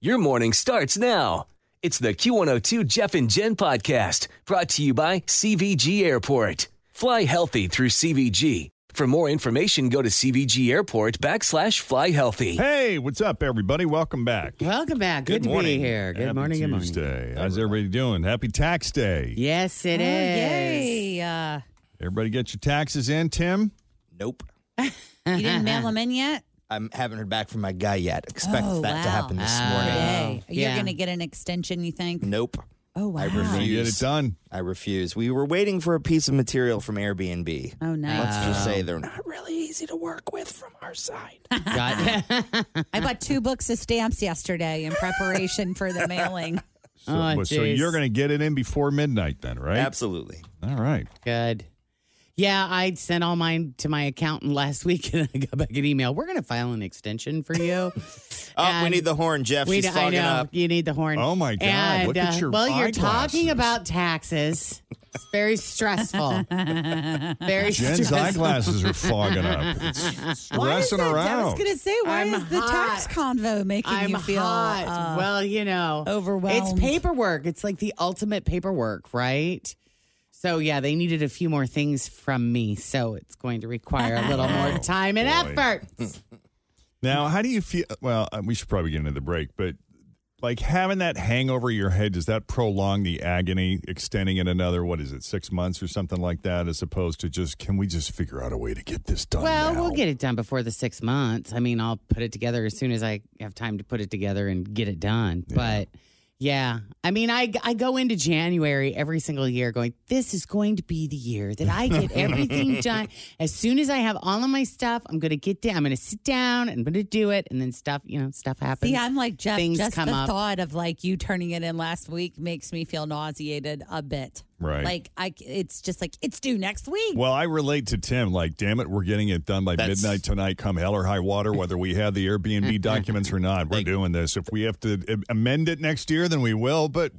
Your morning starts now. It's the Q102 Jeff and Jen podcast brought to you by CVG Airport. Fly healthy through CVG. For more information, go to CVG Airport backslash fly healthy. Hey, what's up, everybody? Welcome back. Welcome back. Good, to be here. Good Happy morning. Good morning. Tuesday. How's everybody doing? Happy tax day. Yes, it is. Oh, Yay. Uh, Everybody get your taxes in, Tim? Nope. you didn't mail them in yet? I haven't heard back from my guy yet. Expect Oh, that to wow. Ah, happen this Oh. morning. Hey, yeah. You're going to get an extension, you think? Nope. Oh, wow. I Gonna refuse. Get it done. I refuse. We were waiting for a piece of material from Airbnb. Oh, Let's nice. just say they're not really easy to work with from our side. Got- I bought two books of stamps yesterday in preparation for the mailing. So, Oh, but- so jeez. you're going to get it in before midnight, then, right? Absolutely. All right. Good. Yeah, I sent all mine to my accountant last week, and I got back an email. We're going to file an extension for you. Oh, we And need the horn, Jeff. we- She's I fogging know up. you need the horn. Oh, my God, And, look at uh, your well, you're eyeglasses. talking about taxes. It's very stressful. very Jen's stressful. eyeglasses are fogging up. It's Why is stressing that? her I was out. going to say, why I'm is the tax hot. convo making I'm you feel hot. uh, well, you know, overwhelmed? It's paperwork. It's like the ultimate paperwork, right? So yeah, they needed a few more things from me, so it's going to require a little more time and Oh, boy. effort. Now, how do you feel? Well, uh, we should probably get into the break, but like having that hang over your head, does that prolong the agony, extending it another, what is it, six months or something like that, as opposed to just, can we just figure out a way to get this Oh, done? Well, now? we'll get it done before the six months. I mean, I'll put it together as soon as I have time to put it together and get it done. But yeah, I mean, I, I go into January every single year going, this is going to be the year that I get everything done. As soon as I have all of my stuff, I'm going to get down. I'm going to sit down and I'm going to do it. And then stuff, you know, stuff happens. See, I'm like Jeff. Things just come the up. thought of like you turning it in last week makes me feel nauseated a bit. Right. Like I, it's just like it's due next week. Well, I relate to Tim. Like, damn it, we're getting it done by That's- midnight tonight, come hell or high water, whether we have the Airbnb documents or not. We're doing this. If we have to am- amend it next year, then we will. But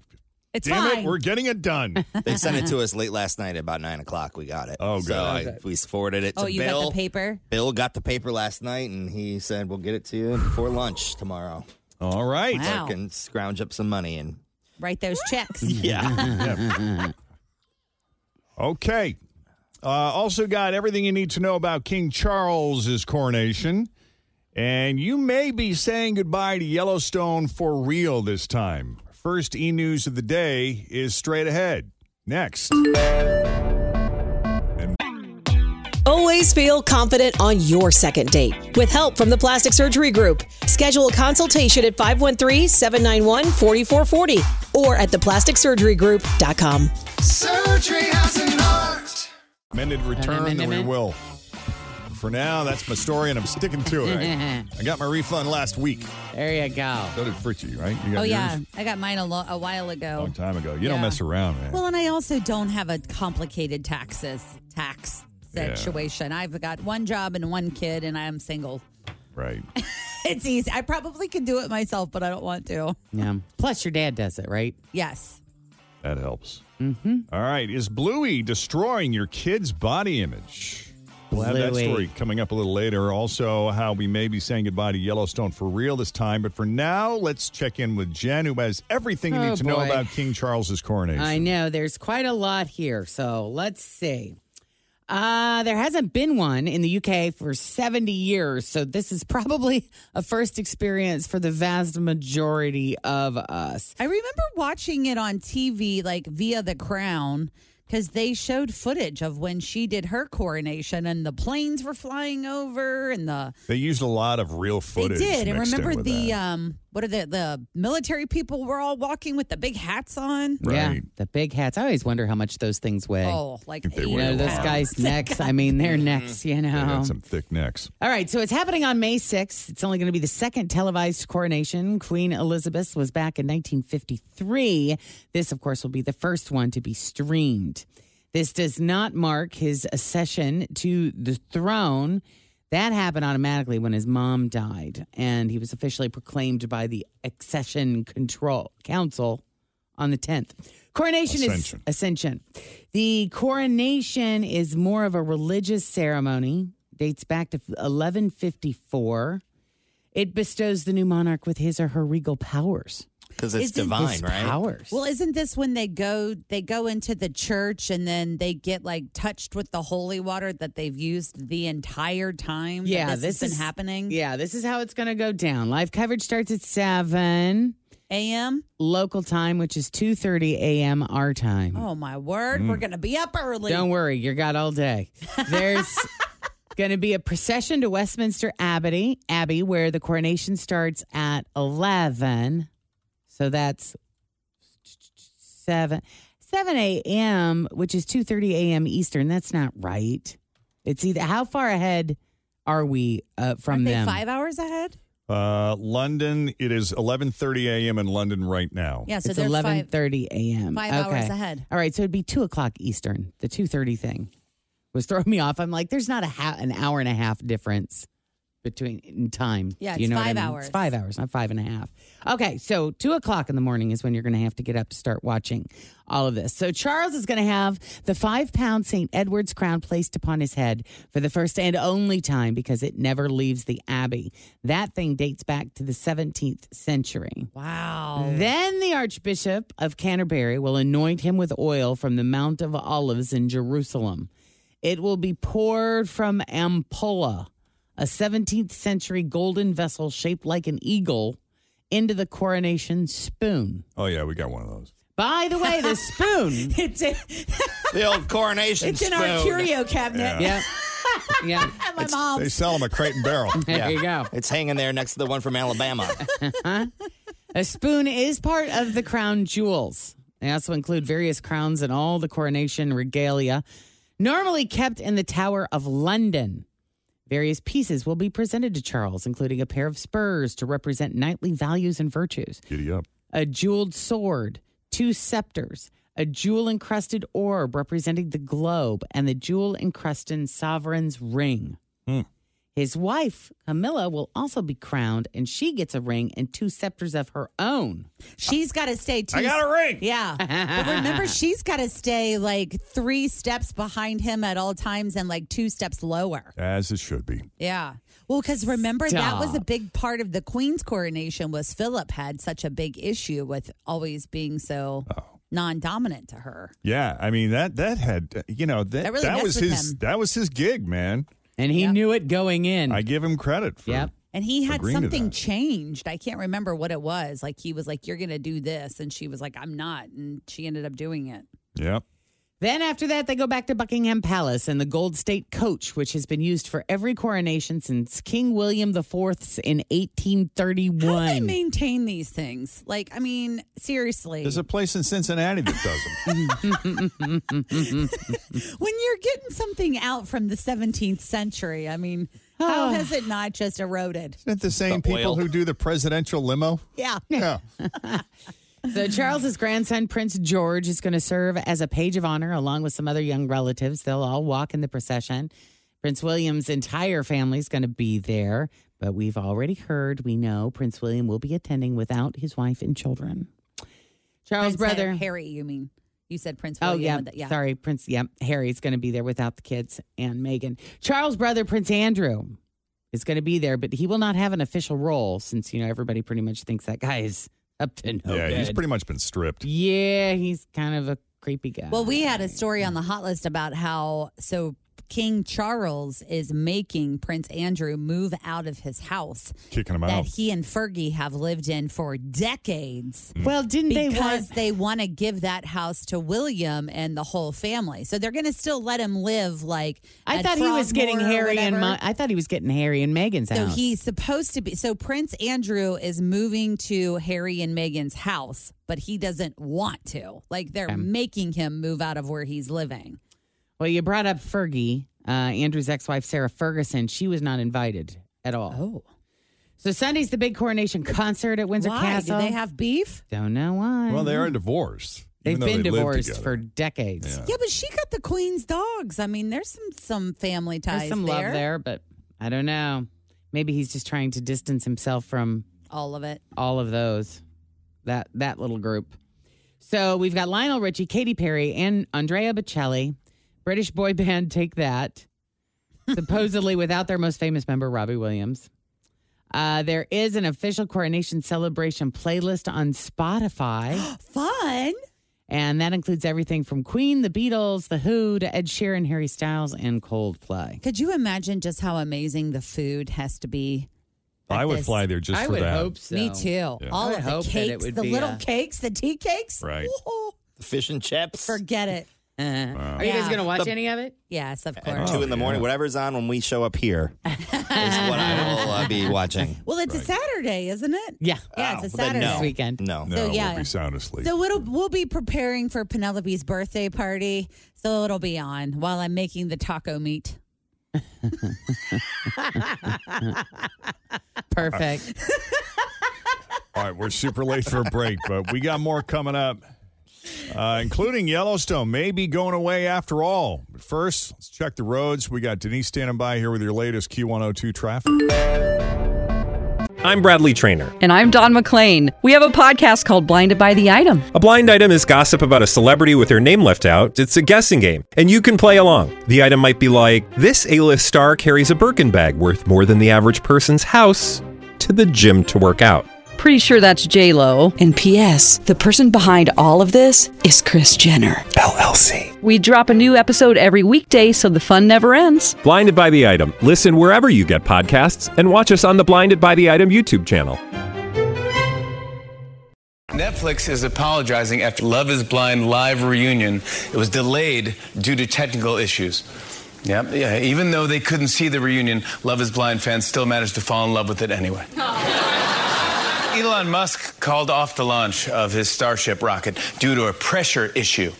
it's damn fine. it, we're getting it done. They sent it to us late last night at about nine o'clock. We got it. Oh, So God. I- we forwarded it to oh, you Bill. got the paper. Bill got the paper last night, and he said we'll get it to you before lunch tomorrow. All right. Wow. I can scrounge up some money and Write those checks. yeah. Okay. Uh, also, got everything you need to know about King Charles's coronation. And you may be saying goodbye to Yellowstone for real this time. First e news of the day is straight ahead. Next. Always feel confident on your second date. With help from the Plastic Surgery Group, schedule a consultation at 513 791 4440 or at theplasticsurgerygroup.com. Amended return that we will. For now, that's my story, and I'm sticking to it. I got my refund last week. there you go. So did Fritchie, right? You got Oh yeah, yours? I got mine a, lo- a while A ago. long time ago. You don't Yeah. mess around, man. Well, and I also don't have a complicated taxes tax Yeah. situation. I've got one job and one kid, and I'm single. right. It's easy. I probably could do it myself, but I don't want to. Yeah. Plus, your dad does it, right? Yes. That helps. Mm-hmm. right. Is Bluey destroying your kid's body image? We'll have that Bluey. story coming up a little later. Also, how we may be saying goodbye to Yellowstone for real this time. But for now, let's check in with Jen, who has everything you Oh, need to know boy. about King Charles's coronation. I know there's quite a lot here. So let's see. Uh, there hasn't been one in the UK for 70 years, so this is probably a first experience for the vast majority of us. I remember watching it on TV, like via The Crown, because they showed footage of when she did her coronation and the planes were flying over and the. They used a lot of real footage. they did. And mixed in remember with the, that. um, what are the, the military people were all walking with the big hats on? uh, Yeah, right? the big hats. I always wonder how much those things weigh. Oh, like They eight you know, weigh a those lot. guys' necks. I mean, their necks, you They know. had some thick necks. All right, so it's happening on May 6th. It's only going to be the second televised coronation. Queen Elizabeth was back in 1953. This, of course, will be the first one to be streamed. This does not mark his accession to the throne. That happened automatically when his mom died, and he was officially proclaimed by the Accession Control Council on the 10th. Coronation Ascension. is ascension. The coronation is more of a religious ceremony, dates back to 1154. It bestows the new monarch with his or her regal powers. Because it's Isn't divine, His right? Powers. Well, isn't this when they go they go into the church and then they get like touched with the holy water that they've used the entire time? that yeah, this, this, has is been happening. Yeah, this is how it's going to go down. Live coverage starts at seven A.M. local time, which is two thirty a.m. our time. Oh my word, we're gonna be up early. Mm. Don't worry, you got all day. There's going to be a procession to Westminster Abbey, Abbey, where the coronation starts at eleven. So that's seven seven a.m., which is two thirty a.m. Eastern. That's not right. It's either how far ahead are we uh, from Aren't they them? five hours ahead? Uh, London. It is 11:30 a.m. in London right now. Yeah, so it's they're eleven five. thirty a.m. five hours ahead. All right, so it'd be two o'clock Eastern. The two thirty thing was throwing me off. I'm like, there's not a ha- an hour and a half difference between in time. Yeah, Do you it's know what I five mean? hours. It's five hours, not five and a half. Okay, so two o'clock in the morning is when you're going to have to get up to start watching all of this. So Charles is going to have the five pound St. Edward's crown placed upon his head for the first and only time because it never leaves the abbey. That thing dates back to the 17th century. Wow. Then the Archbishop of Canterbury will anoint him with oil from the Mount of Olives in Jerusalem. It will be poured from ampulla, a 17th century golden vessel shaped like an eagle, into the coronation spoon. Oh yeah, we got one of those. By the way, the spoon. It's in, The old coronation it's in our spoon. curio cabinet. yeah. Yeah. At my mom's. They sell them at Crate and Barrel. There you go. It's hanging there next to the one from Alabama. A spoon is part of the crown jewels. They also include various crowns and all the coronation regalia, normally kept in the Tower of London. Various pieces will be presented to Charles, including a pair of spurs to represent knightly values and virtues, Giddy up. a jeweled sword, two scepters, a jewel encrusted orb representing the globe, and the jewel encrusted sovereign's ring. Hmm. His wife, Camilla, will also be crowned, and she gets a ring and two scepters of her own. She's got to stay. Two I got a ring. Yeah. but remember, she's got to stay like three steps behind him at all times and like two steps lower. As it should be. Yeah. Well, because remember, that was a Stop. big part of the Queen's coronation was Philip had such a big issue with always being so Oh. non-dominant to her. Yeah, I mean that that had you know that That really messed was with his him. that was his gig, man. And he Yeah. knew it going in. I give him credit for Yep. And he had Agreeing to something that. changed. I can't remember what it was. Like he was like, "You're going to do this," and she was like, "I'm not," and she ended up doing Hmm. it. Yep. Then after that, they go back to Buckingham Palace and the Gold State Coach, which has been used for every coronation since King William IV's in 1831. How do they maintain these things? Like, I mean, seriously, There's a place in Cincinnati that does them. when you're getting something out from the 17th century, I mean, how has it not just eroded? Isn't it the same people oil. who do the presidential limo? Yeah. Yeah. So Charles's grandson, Prince George, is going to serve as a page of honor along with some other young relatives. They'll all walk in the procession. Prince William's entire family is going to be there, but we've already heard, we know Prince William will be attending without his wife and children. Charles' Prince brother. Harry, you mean? You said Prince Oh William. yeah, with the- yeah. sorry, Prince. Yeah, Harry's going to be there without the kids and Megan. Charles' brother, Prince Andrew, is going to be there, but he will not have an official role since you know everybody pretty much thinks that guy is up to no yeah, Oh, good. he's pretty much been stripped. Yeah, he's kind of a creepy guy. Well, we had a story on the hot list about how so King Charles is making Prince Andrew move out of his house Kicking him that out. he and Fergie have lived in for decades Mm. Well, didn't they because want? they want to give that house to William and the whole family. So they're going to still let him live like I at thought he was getting Frogmore or Harry and whatever. Ma- I thought he was getting Harry and Megan's So house. he's supposed to be. So Prince Andrew is moving to Harry and Meghan's house, but he doesn't want to. Like they're making him move out of where he's living. well, you brought up Fergie, uh, Andrew's ex-wife Sarah Ferguson. She was not invited at all. Oh, So Sunday's the big coronation concert at Windsor why Castle. do they have beef? Don't know why. Well, they are divorced. They've even though been they live divorced together. for decades. Yeah. Yeah, but she got the queen's dogs. I mean, there's some some family ties. There's some there. love there, but I don't know. Maybe he's just trying to distance himself from All of it. all of those, that that little group. So we've got Lionel Richie, Katy Perry, and Andrea Bocelli, British boy band Take That, supposedly without their most famous member Robbie Williams. Uh, there is an official coronation celebration playlist on Spotify, Fun. and that includes everything from Queen, The Beatles, The Who, to Ed Sheeran, Harry Styles, and Coldplay. Could you imagine just how amazing the food has to be? I would this. fly there just for that. so. Me too. All I of the hope that it cakes, would the be uh, little a- cakes, the tea cakes. Right. Ooh, Fish and chips. forget it. Are you guys Yeah. going to watch any of it? Yes, of course. At two in the morning, yeah. whatever's on when we show up here is what I will uh, be watching. Well, it's a Saturday, isn't it? Yeah. Yeah, it's Oh, a then Saturday. no. This weekend. No. No, So, yeah. we'll be sound asleep. So it'll we'll be preparing for Penelope's birthday party. So it'll be on while I'm making the taco meat. Perfect. All right, we're super late for a break, but we got more coming up, uh, including Yellowstone may be going away after all. But first, let's check the roads. We got Denise standing by here with your latest Q102 traffic. I'm Bradley Trainer. And I'm Don McClain. We have a podcast called Blinded by the Item. A blind item is gossip about a celebrity with their name left out. It's a guessing game, and you can play along. The item might be like this: A-list star carries a Birkin bag worth more than the average person's house to the gym to work out. Pretty sure that's J Lo. And P.S. The person behind all of this is Chris Jenner. LLC. We drop a new episode every weekday, so the fun never ends. Blinded by the item. Listen wherever you get podcasts, and watch us on the Blinded by the Item YouTube channel. Netflix is apologizing after Love is Blind live reunion. It was delayed due to technical issues. Yep, yeah, even though they couldn't see the reunion, Love is Blind fans still managed to fall in love with it anyway. Elon Musk called off the launch of his Starship rocket due to a pressure issue.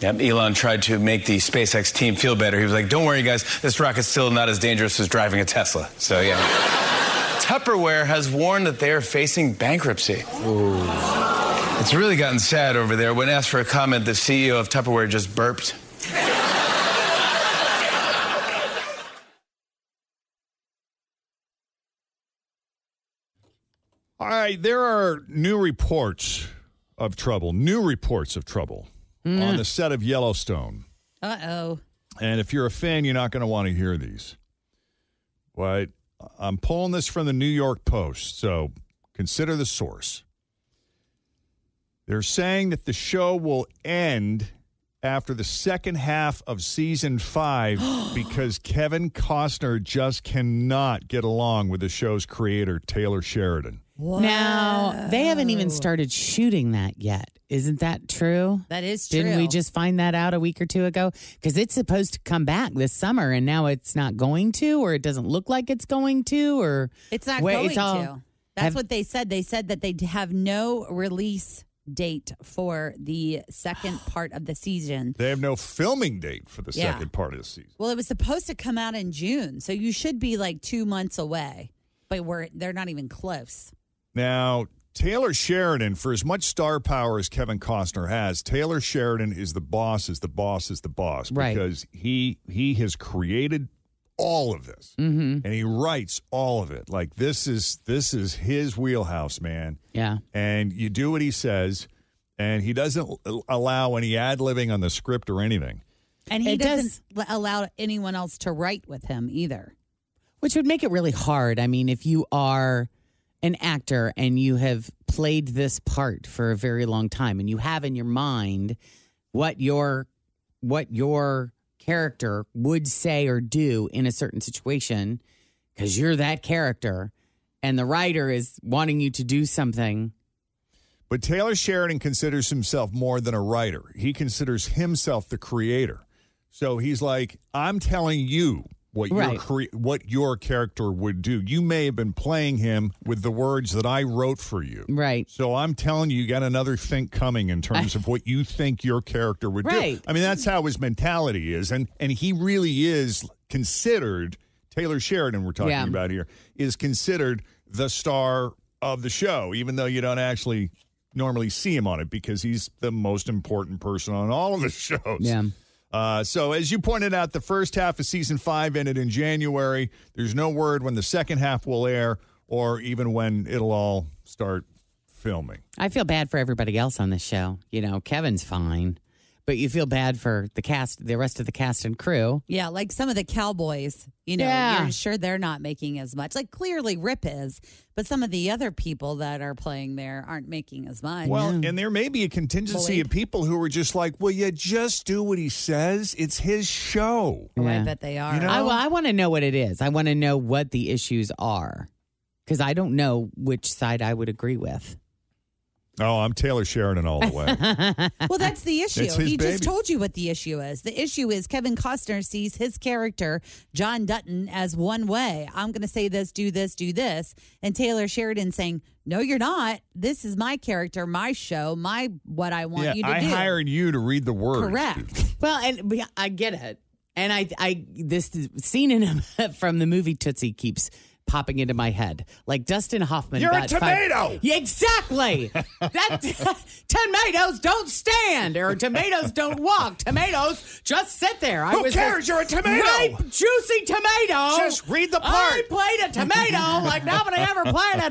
Yep, Elon tried to make the SpaceX team feel better. He was like, don't worry, guys, this rocket's still not as dangerous as driving a Tesla. So, yeah. Tupperware has warned that they are facing bankruptcy. It's really gotten sad over there. When asked for a comment, the CEO of Tupperware just burped. All right, there are new reports of trouble, new reports of trouble on the set of Yellowstone. Uh oh. And if you're a fan, you're not going to want to hear these. But I'm pulling this from the New York Post, so consider the source. They're saying that the show will end after the second half of season five because Kevin Costner just cannot get along with the show's creator, Taylor Sheridan. Now, they haven't even started shooting that yet. Isn't that true? That is true. Didn't we just find that out a week or two ago? Because it's supposed to come back this summer, and now it's not going to, or it doesn't look like it's going to, or It's not Wait, going it's all- to. That's have- what they said. They said that they d- have no release date for the second part of the season. They have no filming date for the Yeah. second part of the season. Well, it was supposed to come out in June, so you should be like two months away. But we're they're not even close. Now, Taylor Sheridan, for as much star power as Kevin Costner has, Taylor Sheridan is the boss, is the boss, is the boss Right. because he he has created all of this Mhm. and he writes all of it. Like this is this is his wheelhouse, man. yeah, And you do what he says, and he doesn't l- allow any ad libbing on the script or anything. And he It doesn't l- allow anyone else to write with him either. which would make it really hard. I mean, if you are an actor and you have played this part for a very long time, and you have in your mind what your what your character would say or do in a certain situation because you're that character and the writer is wanting you to do something. But Taylor Sheridan considers himself more than a writer. He considers himself the creator. So he's like, I'm telling you what Right. your cre- what your character would do. You may have been playing him with the words that I wrote for you. Right. So I'm telling you, you got another think coming in terms of what you think your character would Right. do. I mean, that's how his mentality is, and and he really is considered Taylor Sheridan. We're talking Yeah. about here is considered the star of the show, even though you don't actually normally see him on it because he's the most important person on all of the shows. Yeah. Uh, so, as you pointed out, the first half of season five ended in January. There's no word when the second half will air or even when it'll all start filming. I feel bad for everybody else on this show. You know, Kevin's fine, but you feel bad for the cast, the rest of the cast and crew. Yeah, like some of the cowboys, you know, Yeah. you're sure they're not making as much. Like clearly Rip is, but some of the other people that are playing there aren't making as much. Well, and there may be a contingency of people who are just like, well, you just do what he says. It's his show. Oh, I Yeah. bet they are. You know- I, want to know what it is. I want to know what the issues are because I don't know which side I would agree with. Oh, I'm Taylor Sheridan all the way. well, that's the issue. It's his he baby. just told you what the issue is. The issue is Kevin Costner sees his character, John Dutton, as one way. I'm going to say this, do this, do this. And Taylor Sheridan saying, no, you're not. This is my character, my show, my what I want yeah, you to I do. hired you to read the words. Correct. Well, and but I get it, and I, I this scene in from the movie Tootsie keeps popping into my head, like Dustin Hoffman. You're a about five- tomato! Yeah, exactly. that tomatoes don't stand, or tomatoes don't walk. Tomatoes just sit there. I Who was cares? this You're a tomato! Ripe, juicy tomato. Just read the I part. played a tomato like nobody ever played a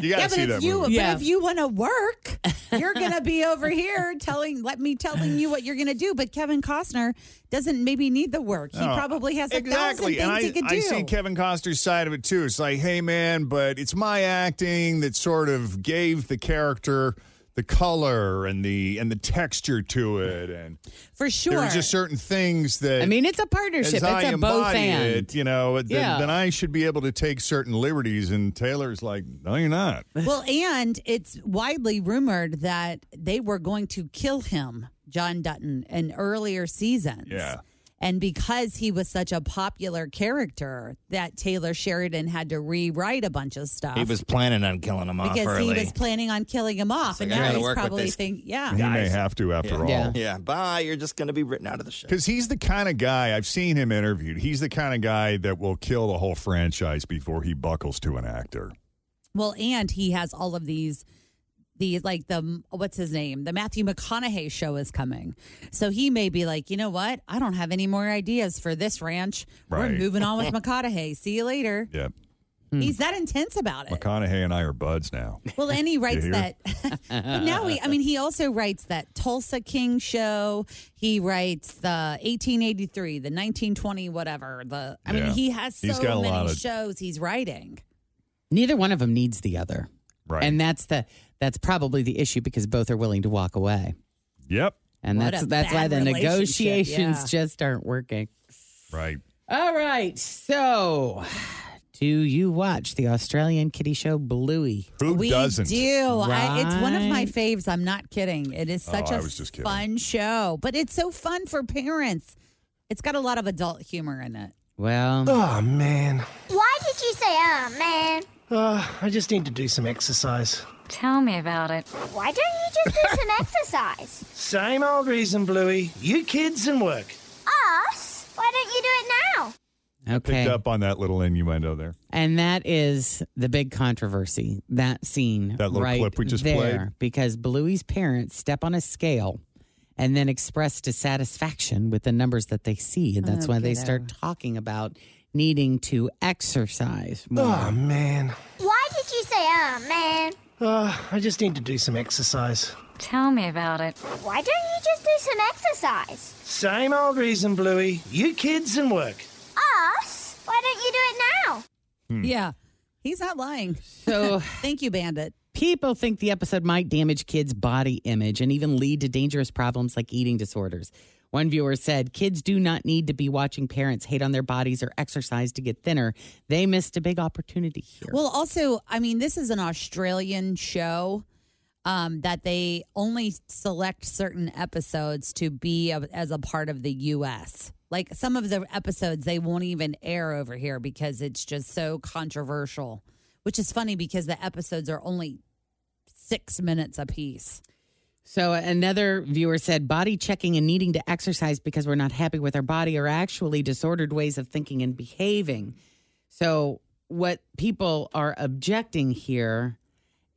You got to Yeah, but see that if you movie. Yeah. but if you want to work, you're gonna be over here telling let me telling you what you're gonna do. But Kevin Costner doesn't maybe need the work. He No. probably has a exactly. thousand things and I, he could do. I see Kevin Costner's side of it too. It's like, hey man, but it's my acting that sort of gave the character the color and the and the texture to it, and For sure. there are just certain things that I mean, it's a partnership. as It's I a bow embody fan. it, you know, then, Yeah. then I should be able to take certain liberties. And Taylor's like, no, you're not. well, and it's widely rumored that they were going to kill him, John Dutton, in earlier seasons. Yeah. And because he was such a popular character, that Taylor Sheridan had to rewrite a bunch of stuff. He was planning on killing him off because early. he was planning on killing him off, like, and I now gotta he's work with probably this thinking, yeah, He may have to after all. Yeah. yeah, bye. You're just going to be written out of the show. Because he's the kind of guy I've seen him interviewed. He's the kind of guy that will kill the whole franchise before he buckles to an actor. Well, and he has all of these these like the what's his name? The Matthew McConaughey show is coming. So he may be like, "You know what? I don't have any more ideas for this ranch. Right. We're moving on with McConaughey. See you later." Yeah, He's that intense about it. McConaughey and I are buds now. Well, and he writes hear? that. but now he, I mean, he also writes that Tulsa King show. He writes the 1883, the 1920, whatever. The I mean, Yeah. he has so He's got a many lot of- shows he's writing. Neither one of them needs the other. Right. And that's the that's probably the issue because both are willing to walk away. yep. And What that's a that's why bad the relationship, negotiations yeah. just aren't working. Right. All right. So, do you watch the Australian kitty show Bluey? Who we doesn't? do. I, it's one of my Right. faves. I'm not kidding. It is such Oh, I a was just kidding. fun show, but it's so fun for parents. It's got a lot of adult humor in it. Well, Oh, man. Why did you say, oh man? Uh, I just need to do some exercise. Tell me about it. Why don't you just do some exercise? Same old reason, Bluey. You kids and work. Us? Why don't you do it now? okay. Picked up on that little innuendo there. And that is the big controversy. That scene, That little right clip we just there, played. because Bluey's parents step on a scale and then express dissatisfaction with the numbers that they see, and that's why they Okay. start talking about needing to exercise Ah, more. Oh, man. Why did you say, oh man? Uh, I just need to do some exercise. Tell me about it. Why don't you just do some exercise? Same old reason, Bluey. You kids and work. Us? Why don't you do it now? Hmm. Yeah. He's not lying. So Thank you, Bandit. people think the episode might damage kids' body image and even lead to dangerous problems like eating disorders. One viewer said, Kids do not need to be watching parents hate on their bodies or exercise to get thinner. They missed a big opportunity here. Well, also, I mean, this is an Australian show um, that they only select certain episodes to be a, as a part of the U.S. Like some of the episodes, they won't even air over here because it's just so controversial, which is funny because the episodes are only six minutes apiece. So another viewer said, body checking and needing to exercise because we're not happy with our body are actually disordered ways of thinking and behaving. So what people are objecting here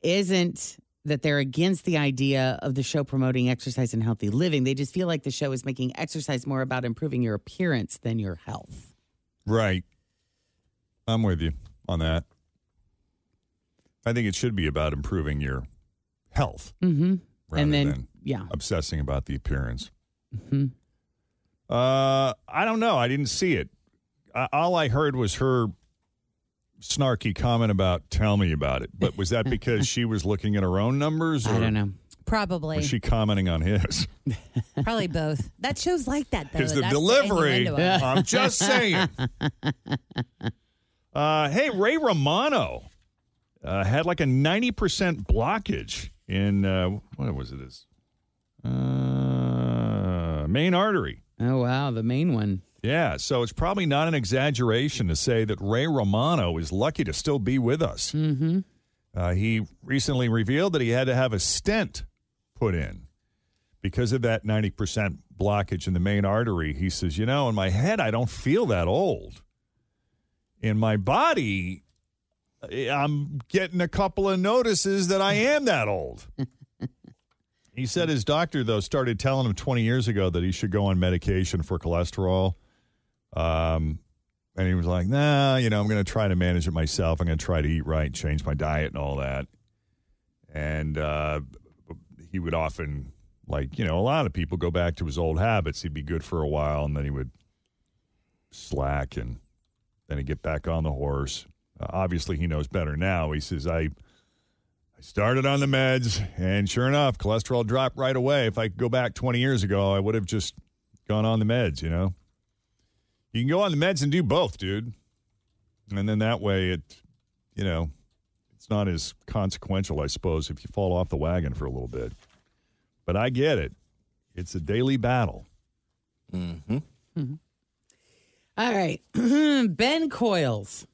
isn't that they're against the idea of the show promoting exercise and healthy living. They just feel like the show is making exercise more about improving your appearance than your health. Right. I'm with you on that. I think it should be about improving your health Mm-hmm. rather and then, than yeah. obsessing about the appearance. Mm-hmm. Mhm. Uh, I don't know. I didn't see it. I, all I heard was her snarky comment about "tell me about it." But was that because she was looking at her own numbers? I or don't know. Probably, Was she commenting on his? probably both. That show's like that though. Is the That's delivery? innuendo of it. I'm just saying. Uh, hey, Ray Romano uh, had like a 90% blockage in, uh, what was it? His, uh, main artery. Oh, wow. The main one. Yeah, so it's probably not an exaggeration to say that Ray Romano is lucky to still be with us. Mm-hmm. Uh, he recently revealed that he had to have a stent put in because of that 90% blockage in the main artery. He says, You know, in my head, I don't feel that old. In my body, eh, I'm getting a couple of notices that I am that old. he said his doctor, though, started telling him 20 years ago that he should go on medication for cholesterol. Um, and he was like, nah, you know, I'm going to try to manage it myself. I'm going to try to eat right, change my diet and all that. And uh, he would often, like, you know, a lot of people go back to his old habits. He'd be good for a while and then he would slack and then he'd get back on the horse. Uh, obviously, he knows better now. He says, I. I started on the meds, and sure enough, cholesterol dropped right away. If I could go back 20 years ago, I would have just gone on the meds, you know? You can go on the meds and do both, dude. And then that way it, you know, it's not as consequential, I suppose, if you fall off the wagon for a little bit. But I get it. It's a daily battle. Mm-hmm. All right. ben Coyles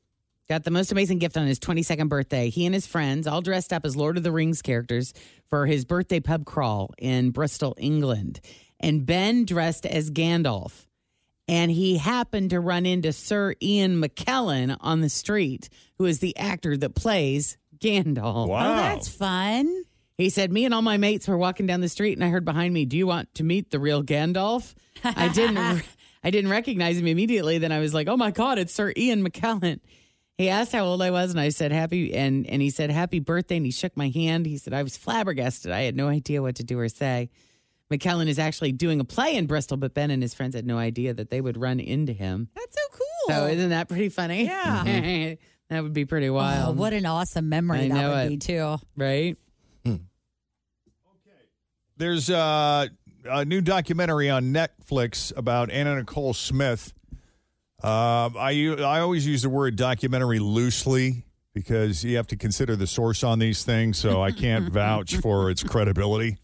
got the most amazing gift on his 22nd birthday. He and his friends, all dressed up as Lord of the Rings characters, for his birthday pub crawl in Bristol, England. And Ben dressed as Gandalf. And he happened to run into Sir Ian McKellen on the street, who is the actor that plays Gandalf. Oh, that's fun. He said, Me and all my mates were walking down the street and I heard behind me, Do you want to meet the real Gandalf? I didn't I didn't recognize him immediately. Then I was like, Oh my God, it's Sir Ian McKellen. He asked how old I was and I said happy and, and he said happy birthday and he shook my hand. He said I was flabbergasted. I had no idea what to do or say. McKellen is actually doing a play in Bristol, but Ben and his friends had no idea that they would run into him. That's so cool. So isn't that pretty funny? Oh. Yeah. that would be pretty Oh, wild. what an awesome memory I that know would it. be too. right? There's uh, a new documentary on Netflix about Anna Nicole Smith. Um, I u- I always use the word documentary loosely because you have to consider the source on these things, so I can't vouch for its credibility.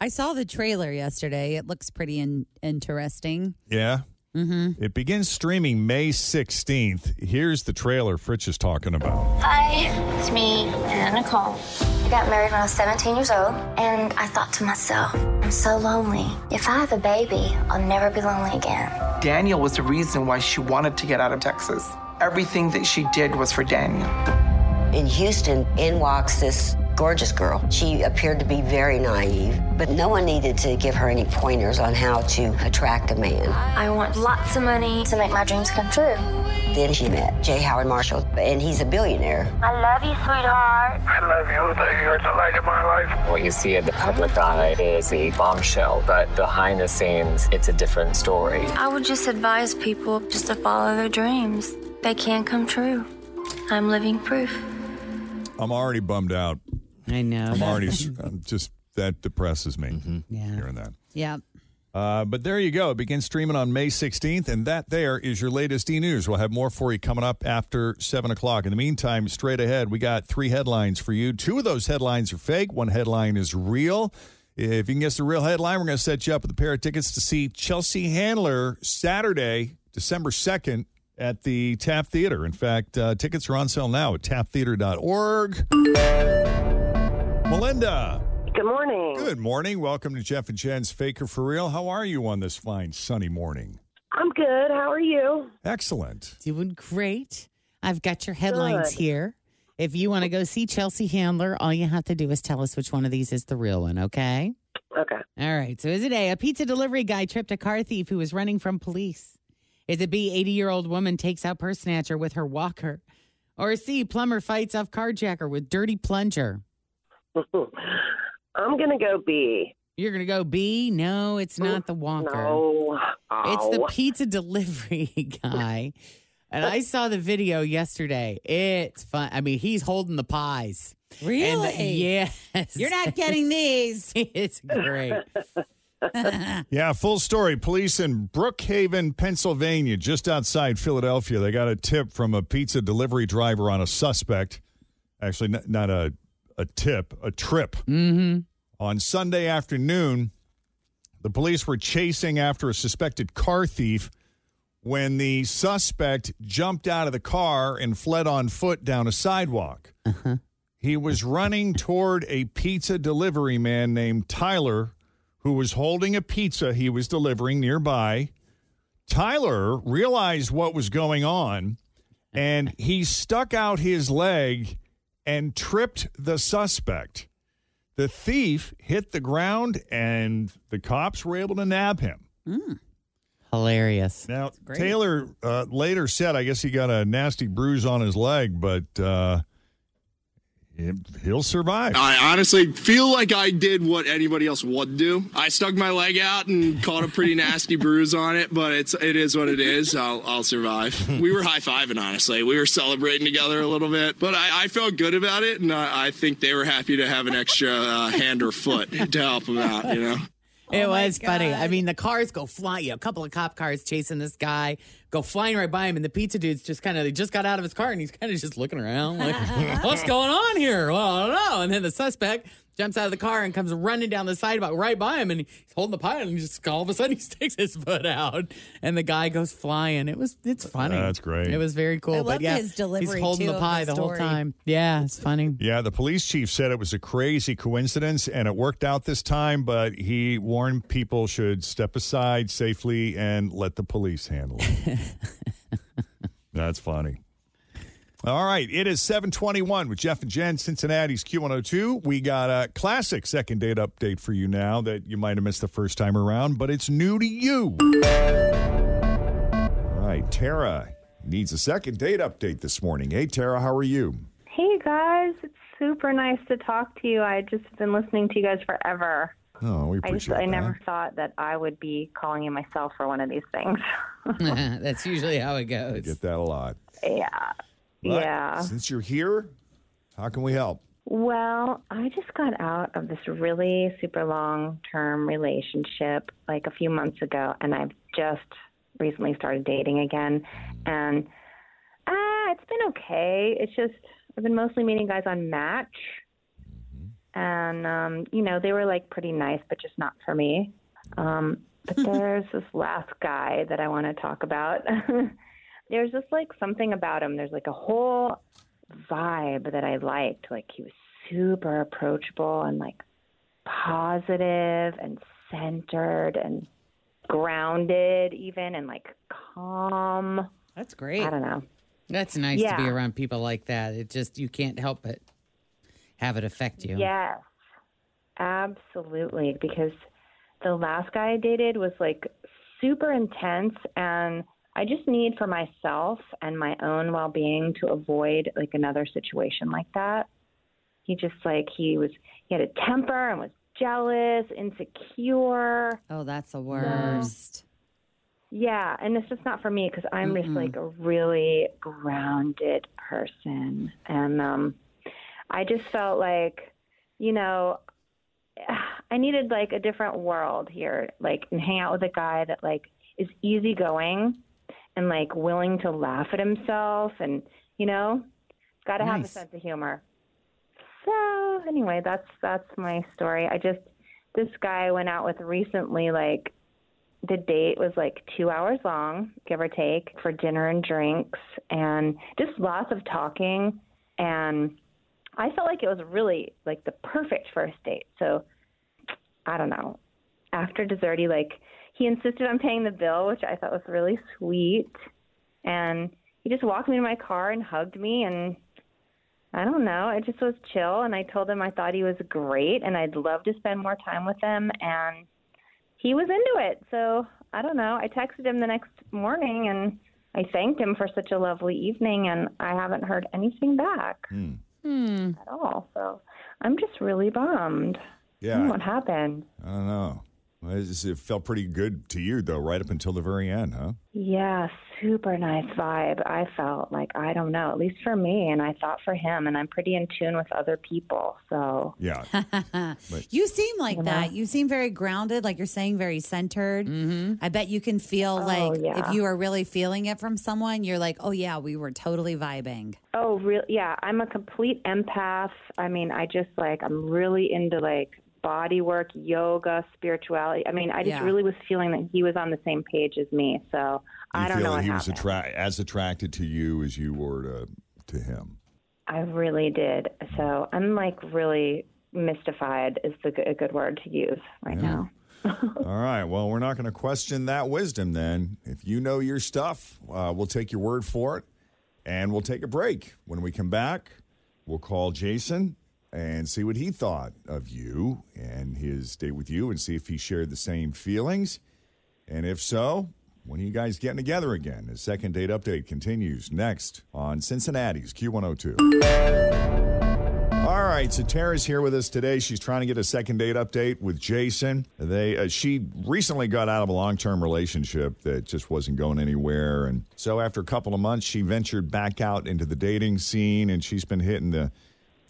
I saw the trailer yesterday. It looks pretty in- interesting. Yeah. Mm-hmm. It begins streaming May 16th. Here's the trailer Fritz is talking about. Hi, it's me, Anna Nicole. I got married when I was 17 years old, and I thought to myself, I'm so lonely. If I have a baby, I'll never be lonely again. Daniel was the reason why she wanted to get out of Texas. Everything that she did was for Daniel. In Houston, in walks this gorgeous girl. She appeared to be very naive, but no one needed to give her any pointers on how to attract a man. I want lots of money to make my dreams come true. Then she met J. Howard Marshall, and he's a billionaire. I love you, sweetheart. I love you. Thank you. You're the light of my life. What you see in the public eye is a bombshell, but behind the scenes, it's a different story. I would just advise people just to follow their dreams. They can come true. I'm living proof. I'm already bummed out. I know. I'm already, I'm just, that depresses me hearing that. Yeah. Uh, but there you go. It begins streaming on May 16th, and that there is your latest e news. We'll have more for you coming up after 7 o'clock. In the meantime, straight ahead, we got three headlines for you. Two of those headlines are fake, one headline is real. If you can guess the real headline, we're going to set you up with a pair of tickets to see Chelsea Handler Saturday, December 2nd at the Taft Theater. In fact, uh, tickets are on sale now at tafttheater.org. Melinda. Good morning. Good morning. Welcome to Jeff and Jen's Faker for Real. How are you on this fine sunny morning? I'm good. How are you? Excellent. Doing great. I've got your headlines here. If you want to go see Chelsea Handler, all you have to do is tell us which one of these is the real one, okay? Okay. All right. So is it A, a pizza delivery guy tripped a car thief who was running from police? Is it B, 80 year old woman takes out purse snatcher with her walker? Or C, plumber fights off carjacker with dirty plunger? I'm going to go B. Mm, You're going to go B? No, it's not the walker. No. It's Ow. the pizza delivery guy. And I saw the video yesterday. It's fun. I mean, he's holding the pies. And the- Really? yes. You're not getting these. it's great. Yeah, full story. Police in Brookhaven, Pennsylvania, just outside Philadelphia, they got a tip from a pizza delivery driver on a suspect. Actually, not, not a a tip, a trip. Mm-hmm. On Sunday afternoon, the police were chasing after a suspected car thief when the suspect jumped out of the car and fled on foot down a sidewalk. He was running toward a pizza delivery man named Tyler, who was holding a pizza he was delivering nearby. Tyler realized what was going on and he stuck out his leg and tripped the suspect. The thief hit the ground and the cops were able to nab him. Hilarious. Now, Taylor uh, later said, I guess he got a nasty bruise on his leg, but uh, he- he'll survive. I honestly feel like I did what anybody else would do. I stuck my leg out and caught a pretty nasty bruise on it, but it's it is what it is. I'll, I'll survive. We were high fiving, honestly. We were celebrating together a little bit, but I, I felt good about it, and I, I think they were happy to have an extra uh, hand or foot to help them out. You know. Oh It was funny. I mean, the cars go flying. A couple of cop cars chasing this guy, go flying right by him, and the pizza dude's just kind of they just got out of his car and he's kind of just looking around like, "What's going on here?" Well, I don't know. And then the suspect jumps out of the car and comes running down the sidewalk right by him, and he's holding the pie, and he just all of a sudden he sticks his foot out, and the guy goes flying. It was it's funny. Uh, That's great. It was very cool. I but loved yeah, his delivery, he's holding too, the of pie the the whole story. time. Yeah, it's funny. Yeah, the police chief said it was a crazy coincidence and it worked out this time, but he warned people should step aside safely and let the police handle it. That's funny. All right, it is 721 with Jeff and Jen, Cincinnati's Q102. We got a classic second date update for you now that you might have missed the first time around, but it's new to you. All right, Tara needs a second date update this morning. Hey, Tara, how are you? Hey guys, it's super nice to talk to you. I just have been listening to you guys forever. Oh, we I just appreciate I that. never thought that I would be calling you myself for one of these things. That's usually how it goes. Get that a lot. yeah. But Yeah. Since you're here, how can we help? Well, I just got out of this really super long term relationship like a few months ago, and I've just recently started dating again. And ah, it's been okay. It's just I've been mostly meeting guys on Match, and um, you know they were like pretty nice, but just not for me. Um, but there's this last guy that I want to talk about. there's just like something about him. There's like a whole vibe that I liked. Like he was super approachable and like positive and centered and grounded even and like calm. That's great. I don't know. That's nice to be Yeah. around people like that. It just you can't help but have it affect you. Yes. Absolutely. Because the last guy I dated was like super intense and I just need for myself and my own well being to avoid like another situation like that. He just like he was he had a temper and was jealous, insecure. Oh, that's the worst. Yeah, and it's just not for me because I'm just like a really grounded person, and um, I just felt like, you know, I needed like a different world here, like and hang out with a guy that like is easygoing and like willing to laugh at himself and you know, got to have a Nice. sense of humor. So anyway, that's that's my story. I just this guy I went out with recently like the date was like two hours long, give or take, for dinner and drinks, and just lots of talking. And I felt like it was really like the perfect first date. So I don't know. After dessert, he like he insisted on paying the bill, which I thought was really sweet. And he just walked me to my car and hugged me, and I don't know. It just was chill. And I told him I thought he was great, and I'd love to spend more time with him. And he was into it. So I don't know. I texted him the next morning and I thanked him for such a lovely evening, and I haven't heard anything back at all. So I'm just really bummed. I don't Yeah. know what happened? I don't know. Well, it's- It felt pretty good to you, though, right up until the very end, huh? Yeah, super nice vibe. I felt like I don't know, at least for me, and I thought for him, and I'm pretty in tune with other people. So Yeah. You seem like that. You seem very grounded, like you're saying, very centered. I bet you can feel like Oh, yeah. if you are really feeling it from someone, you're like, oh, yeah, we were totally vibing. Oh, real? Yeah, I'm a complete empath. I mean, I just like I'm really into like body work, yoga, spirituality. I mean, I just Yeah. really was feeling that he was on the same page as me. So Do you I don't feel know that what he happened. was attra- as attracted to you as you were to, to him? I really did. So I'm like really mystified. Is the g- a good word to use right now? All right. Well, we're not going to question that wisdom then. If you know your stuff, uh, we'll take your word for it and we'll take a break. When we come back, we'll call Jason and see what he thought of you and his date with you and see if he shared the same feelings. And if so, when are you guys getting together again? His second date update continues next on Cincinnati's Q102. All right, so Tara's here with us today. She's trying to get a second date update with Jason. They uh, she recently got out of a long-term relationship that just wasn't going anywhere and so after a couple of months she ventured back out into the dating scene and she's been hitting the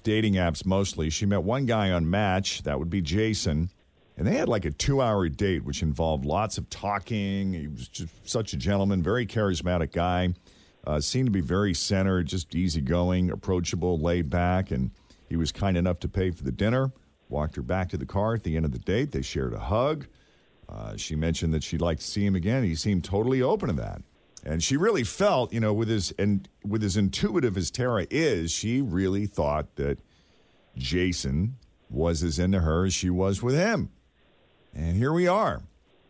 dating apps mostly. She met one guy on Match, that would be Jason, and they had like a 2-hour date which involved lots of talking. He was just such a gentleman, very charismatic guy. Uh, seemed to be very centered, just easygoing, approachable, laid back, and he was kind enough to pay for the dinner, walked her back to the car at the end of the date. They shared a hug. Uh, she mentioned that she'd like to see him again. He seemed totally open to that. And she really felt, you know, with his and with as intuitive as Tara is, she really thought that Jason was as into her as she was with him. And here we are.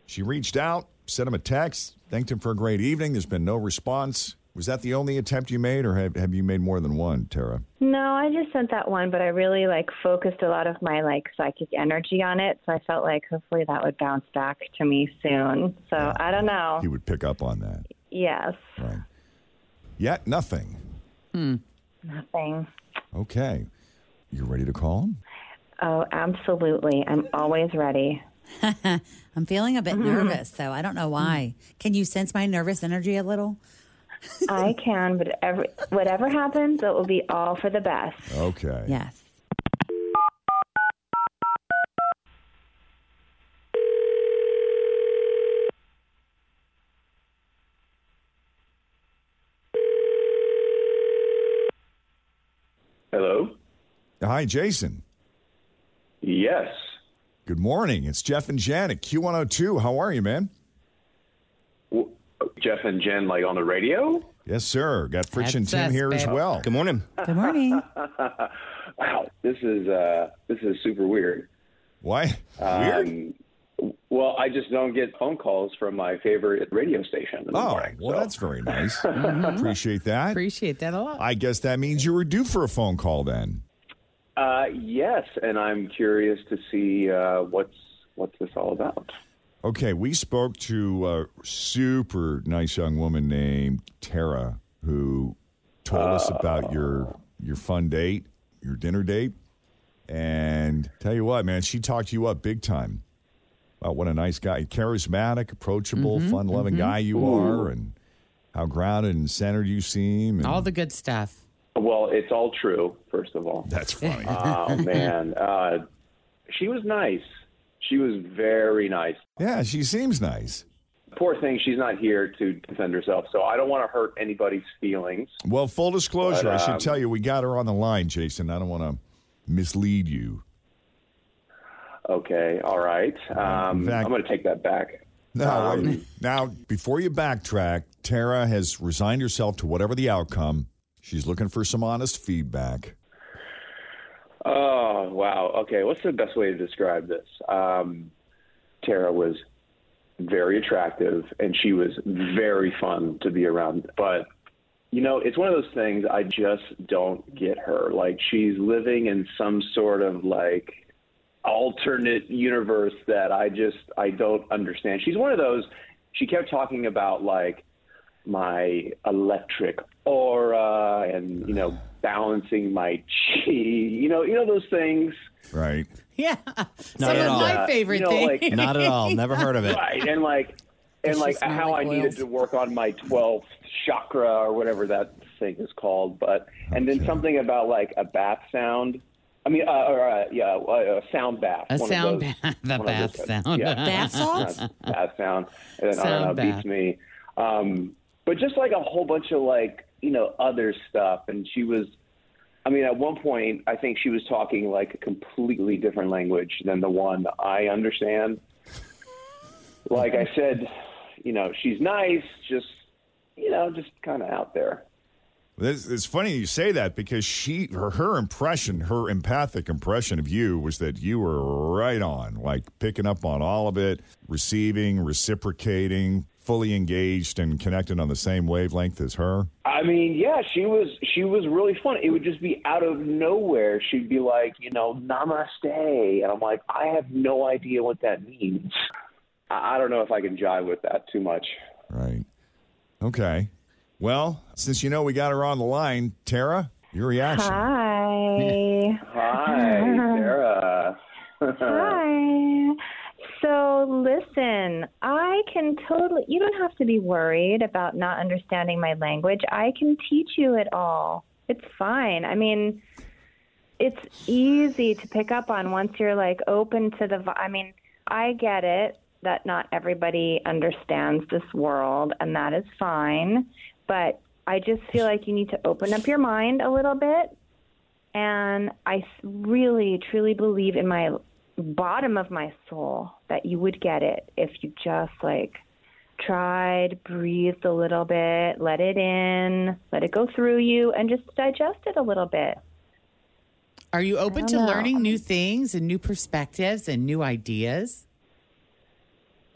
She reached out, sent him a text, thanked him for a great evening. There's been no response. Was that the only attempt you made, or have, have you made more than one, Tara? No, I just sent that one, but I really like focused a lot of my like psychic e-, energy on it. So I felt like hopefully that would bounce back to me soon. So I don't Uh, know. He would pick up on that. Yes, Yet nothing. nothing. Okay. You ready to call him? Oh, absolutely. I'm always ready. I'm feeling a bit Mm-hmm. nervous, though. I don't know why. Can you sense my nervous energy a little? I can, but every, whatever happens, it will be all for the best. Okay. Yes. Hello? Hi, Jason. Yes. Good morning. It's Jeff and Jan at Q102. How are you, man? W- Jeff and Jen, like on the radio? Yes, sir. Got Friction That's Tim us, here as babe. well. Good morning. Good morning. wow, this is uh, this is super weird. Why? Um, w- well, I just don't get phone calls from my favorite radio station. In the Oh, morning, well, so. that's very nice. Appreciate that. Appreciate that a lot. I guess that means you were due for a phone call then. Uh, yes, and I'm curious to see uh, what's what's this all about. Okay, we spoke to a super nice young woman named Tara who told us about your your fun date, your dinner date, and tell you what, man, she talked you up big time. Wow, what a nice guy, charismatic, approachable, fun-loving guy you are, and how grounded and centered you seem. And All the good stuff. Well, it's all true. First of all, that's funny. Oh man, uh, she was nice. She was very nice. Yeah, she seems nice. Poor thing, she's not here to defend herself, so I don't want to hurt anybody's feelings. Well, full disclosure, But, I um, should tell you, we got her on the line, Jason. I don't want to mislead you. Okay, all right. Um, fact- I'm going to take that back. No, Um, wait. now before you backtrack, Tara has resigned herself to whatever the outcome. She's looking for some honest feedback. Oh, wow. Okay, what's the best way to describe this? Um, Tara was very attractive and she was very fun to be around. But, you know, it's one of those things I just don't get her. Like, she's living in some sort of like alternate universe that I just I don't understand. She's one of those she kept talking about like my electric aura uh, and you know balancing my chi, you know, you know those things. Right. Yeah. Not Some at of all. my favorite You know, things. like- Not at all. Never heard of it. Right, and like and It's like just not how like I needed oils. to work on my 12th chakra or whatever that thing is called, but and then something about like a bath sound. I mean, uh, or uh, yeah, uh, a sound bath. A one of sound those- bath. The one of those bath types. sound. Yeah. Bath salts? Yeah, Bath sound. And then I don't Sound know, it bath. beats me. Um, but just like a whole bunch of like you know other stuff, and she was. I mean, at one point, I think she was talking like a completely different language than the one I understand. Like I said, you know, she's nice, just you know, just kind of out there. This, it's funny you say that because she, her, her impression, her empathic impression of you was that you were right on, like picking up on all of it, receiving, reciprocating, fully engaged, and connected on the same wavelength as her. I mean, yeah, she was she was really fun. It would just be out of nowhere. She'd be like, you know, namaste, and I'm like, I have no idea what that means. I, I don't know if I can jive with that too much. Right. Okay. Well, since you know we got her on the line, Tara, your reaction. Hi. Hi, Sarah. Hi. So listen, I can totally. You don't have to be worried about not understanding my language. I can teach you it all. It's fine. I mean, it's easy to pick up on once you're like open to the. vi- I mean, I get it that not everybody understands this world, and that is fine. But I just feel like you need to open up your mind a little bit and I s- really, truly believe in my bottom of my soul that you would get it if you just like tried, breathed a little bit, let it in, let it go through you, and just digest it a little bit. Are you open to don't know. learning new things and new perspectives and new ideas?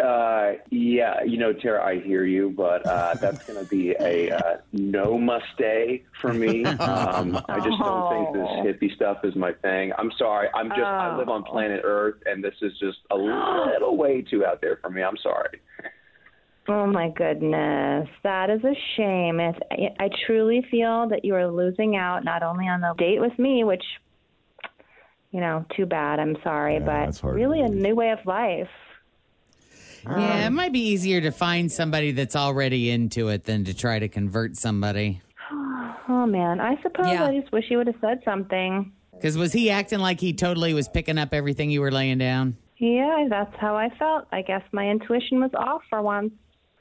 Uh, yeah, you know, Tara, I hear you, but uh, that's going to be a uh, no must day for me. Um, I just don't think this hippie stuff is my thing. I'm sorry. I'm just I live on planet Earth, and this is just a little way too out there for me. I'm sorry. Oh my goodness, that is a shame. If I I truly feel that you are losing out not only on the date with me, which you know, too bad. I'm sorry, that's but hard to really a new way of life. yeah, it might be easier to find somebody that's already into it than to try to convert somebody. Oh man, I suppose I just wish you would have said something. Because was he acting like he totally was picking up everything you were laying down? Yeah, that's how I felt. I guess my intuition was off for once.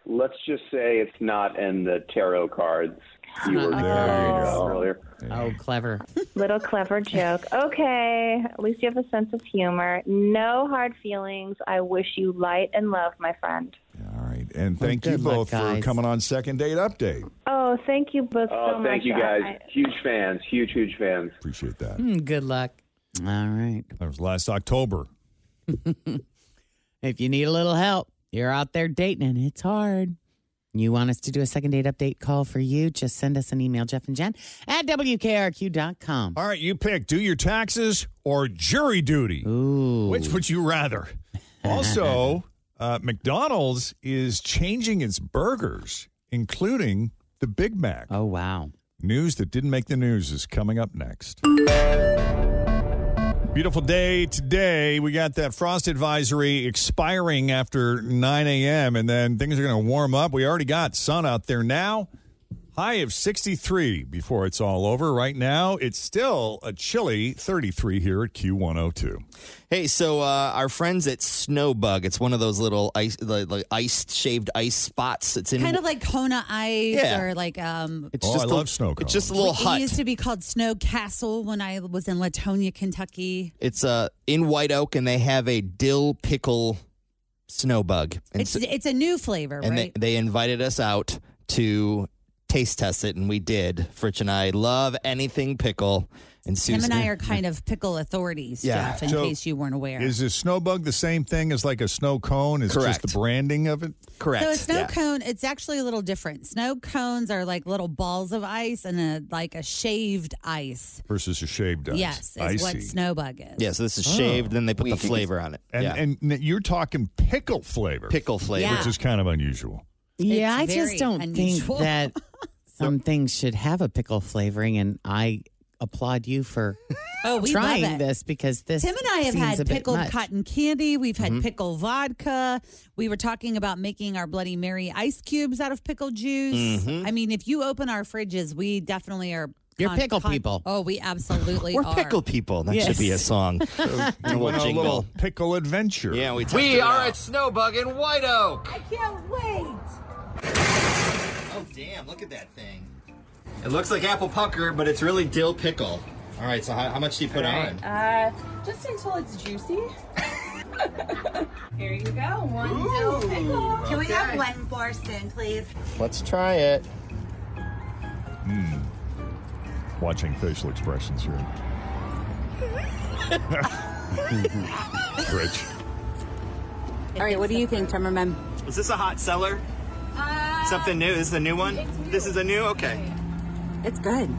Let's just say it's not in the tarot cards you were There you talking about go. earlier. Oh, clever. Little clever joke. Okay, at least you have a sense of humor. No hard feelings. I wish you light and love, my friend. All right. And thank you good luck, both for guys. coming on Second Date Update. Oh, thank you both Oh, so much. thank you I- guys. I- Huge fans. Huge, huge fans. Appreciate that. Hmm, good luck. All right. That was last October. If you need a little help, you're out there dating and it's hard. You want us to do a second date update call for you? Just send us an email, Jeff and Jen at WKRQ.com. All right, you pick do your taxes or jury duty. Ooh. Which would you rather? Also, uh, McDonald's is changing its burgers, including the Big Mac. Oh, wow. News that didn't make the news is coming up next. Beautiful day today. We got that frost advisory expiring after 9 a.m., and then things are going to warm up. We already got sun out there now. High of 63 before it's all over. Right now, it's still a chilly 33 here at Q102. Hey, so uh, our friends at Snowbug, it's one of those little ice, like, like ice shaved ice spots. It's in kind of like Kona Ice Yeah. or like um. It's Oh, just I a- love snow it's just a little It hut. used to be called Snow Castle when I was in Latonia, Kentucky. It's uh, in White Oak, and they have a dill pickle snowbug. And It's so- it's a new flavor, and right? they, they invited us out to taste test it, and we did. Fritch and I love anything pickle. And Susan, Him and I are kind of pickle authorities, Yeah. Jeff. In So- case you weren't aware, Is a snow bug the same thing as like a snow cone? It's Correct. just the branding of it? correct. So a snow cone, it's actually a little different. Snow cones are like little balls of ice and a like a shaved ice. Versus a shaved ice. Yes, is I what see. snowbug is. Yeah, so this is Oh. shaved, then they put the flavor on it. And, yeah. and you're talking pickle flavor. Pickle flavor. Yeah. Which is kind of unusual. Yeah, It's I very just don't unusual. think that some things should have a pickle flavoring, and I applaud you for Oh, we love trying it. this because this. Tim and I have seems a had bit pickled much. Mm-hmm. cotton candy. We've had pickled vodka. We were talking about making our Bloody Mary ice cubes out of pickle juice. Mhm. I mean, if you open our fridges, we definitely are. You're pickle people. Oh, we absolutely We're are. pickle people. That should be a Yes. song. We went on a jingle. little pickle adventure. Yeah, we. We tested it are out. at Snowbug in White Oak. I can't wait. Oh damn! Look at that thing. It looks like apple pucker, but it's really dill pickle. All right, so how, how much do you put on? Uh, just until it's juicy. Here you go. One dill pickle. Can we have okay. one more sin, please? Let's try it. Mm. Watching facial expressions here. Rich. All right, what do you think, Timmerman? Is this a hot seller? Something new? This is a new one. This is a new. Okay. It's good.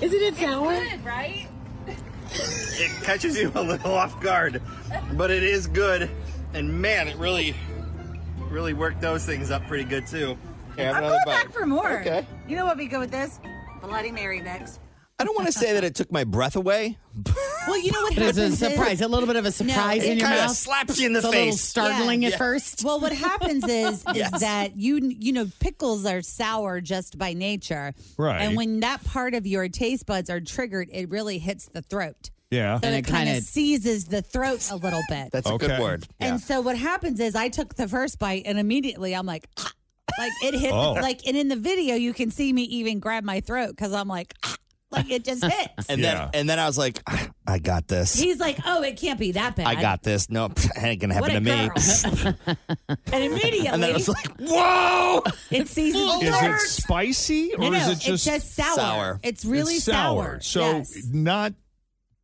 Isn't it sour? good, right? It catches you a little off guard, but it is good. And man, it really, really worked those things up pretty good too. Here, have I'm another going bite. back for more. Okay. You know what we go with this? Bloody Mary next. I don't want to say that it took my breath away. Well, you know what It is happens a surprise, is- a little bit of a surprise it in your kinda mouth. slaps you in the it's A little face. startling Yeah. at Yeah. first. Well, what happens is is Yes. that you you know pickles are sour just by nature, Right. And when that part of your taste buds are triggered, it really hits the throat. Yeah. So it kind of seizes the throat a little bit. That's a good Okay. word. Yeah. And so what happens is I took the first bite and immediately I'm like, "Ah." like it hit, Oh. like and in the video you can see me even grab my throat because I'm like, "Ah." like it just hits. And then, and then I was like, I got this. He's like, oh, it can't be that bad. I got this. Nope, ain't gonna happen What a to me. And immediately, And then I was like, whoa! It seasons the "Oh, Is it throat. spicy or No, no, is it it's just just sour. sour? It's really sour. So Yes. not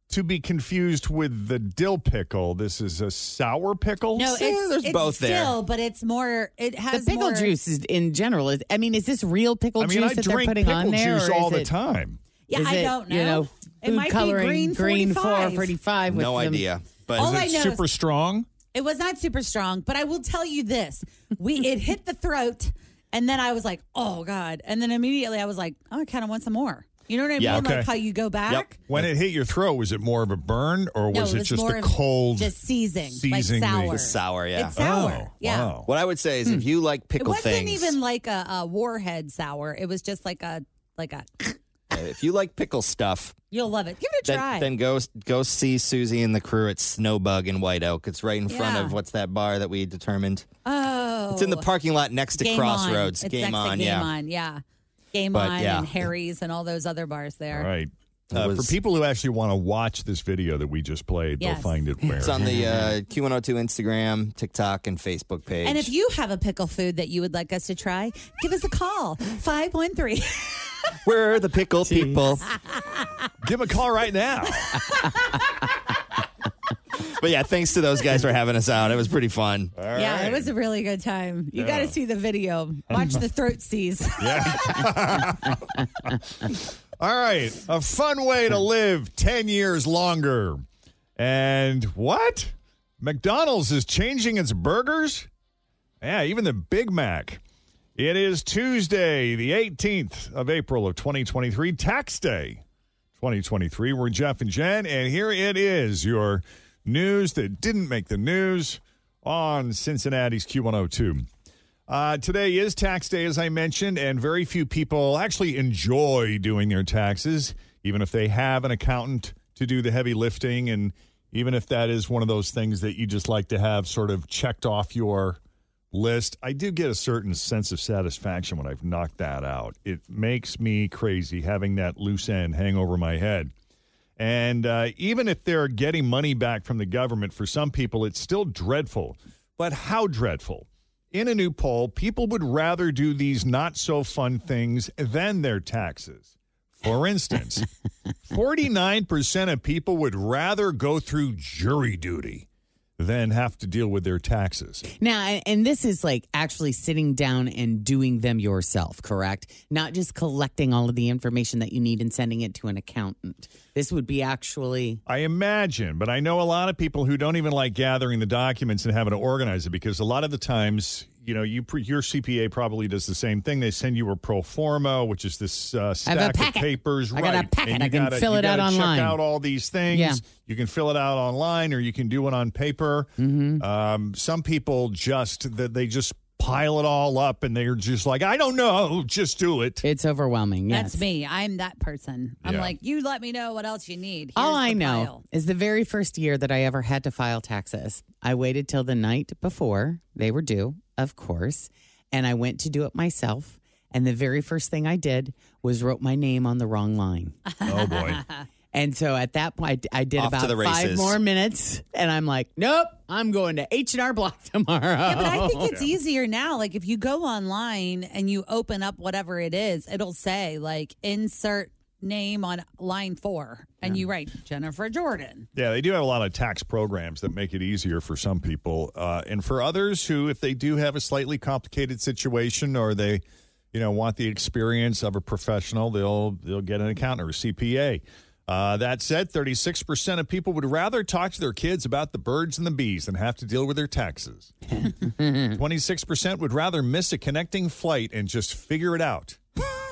to be confused with the dill pickle. This is a sour pickle. No, it's, it's still, but it's more. It The has pickle more, juice is, in general. Is, I mean, is this real pickle I mean, juice I that they're drink putting on pickle there? juice or all is the it- time. Yeah, is I it, don't You know, know. food It might be coloring green green 45. 445 with no them- idea. But All Is it I know is- super strong? It was not super strong, but I will tell you this: we it hit the throat, and then I was like, "Oh God!" And then immediately I was like, "Oh, I kind of want some more." You know what I mean? Like how you go back. When it hit your throat, was it more of a burn or No, was it it, was just more the of cold? just seizing, like seasoning the- sour. The sour, yeah. It's sour. Oh, yeah. wow. What I would say is, if you like It pickle wasn't things, even like a, a warhead sour. It was just like a like a. if you like pickle stuff, You'll love it. Give it a try. then, then go go see Susie and the crew at Snowbug in White Oak. It's right in front Yeah. of what's that bar that we determined? oh, It's in the parking lot next to Game Crossroads. On. It's Game next to on, game yeah. on, yeah. Game But, on yeah. and Harry's and all those other bars there. All right. Uh, was- for people who actually want to watch this video that we just played, Yes. they'll find it where. It's on the uh, Q102 Instagram, TikTok, and Facebook page. And if you have a pickle food that you would like us to try, give us a call 513. We're the pickle people. Give a call right now. but yeah, thanks to those guys for having us out. It was pretty fun. yeah, it was a really good time. You Yeah. got to see the video. Watch the throat seize. All right. A fun way to live 10 years longer. And what? McDonald's is changing its burgers? Yeah, even the Big Mac. It is Tuesday, the 18th of April of 2023, tax day 2023. We're Jeff and Jen, and here it is your News that didn't make the news on Cincinnati's Q102. Uh, today is tax day, as I mentioned, and very few people actually enjoy doing their taxes, even if they have an accountant to do the heavy lifting. And even if that is one of those things that you just like to have sort of checked off your list, I do get a certain sense of satisfaction when I've knocked that out. It makes me crazy having that loose end hang over my head. And uh, even if they're getting money back from the government, for some people, it's still dreadful. But how dreadful? In a new poll, people would rather do these not so fun things than their taxes. For instance, 49% of people would rather go through jury duty than have to deal with their taxes. Now, and- and this is like actually sitting down and doing them yourself, correct? Not just collecting all of the information that you need and sending it to an accountant. This would be actually. I imagine, but I know a lot of people who don't even like gathering the documents and having to organize it because a lot of the times, you know, you pre- your CPA probably does the same thing. They send you a pro forma, which is this uh, stack of packet. papers. I got a right, packet. and you I can gotta- fill you it out gotta online. Check out all these things. Yeah. You can fill it out online, or you can do it on paper. Mm-hmm. Um, some people just that they just pile it all up, and they're just like, I don't know, just do it. It's overwhelming. Yes. That's me. I'm that person. I'm Yeah. like, you let me know what else you need. All Here's I the know pile." is the very first year that I ever had to file taxes, I waited till the night before they were due, of course, and I went to do it myself. And the very first thing I did was wrote my name on the wrong line. Oh boy. And so at that point, I did Off to about the five races. more minutes, and I'm like, nope, I'm going to H and R Block tomorrow. Yeah, but I Oh, think it's easier now. Like if you go online and you open up whatever it is, it'll say like insert name on line four, and you write Jennifer Jordan. Yeah, they do have a lot of tax programs that make it easier for some people, uh, and for others who, if they do have a slightly complicated situation or they, you know, want the experience of a professional, they'll they'll get an accountant or a CPA. Uh, that said, 36% of people would rather talk to their kids about the birds and the bees than have to deal with their taxes. 26% would rather miss a connecting flight and just figure it out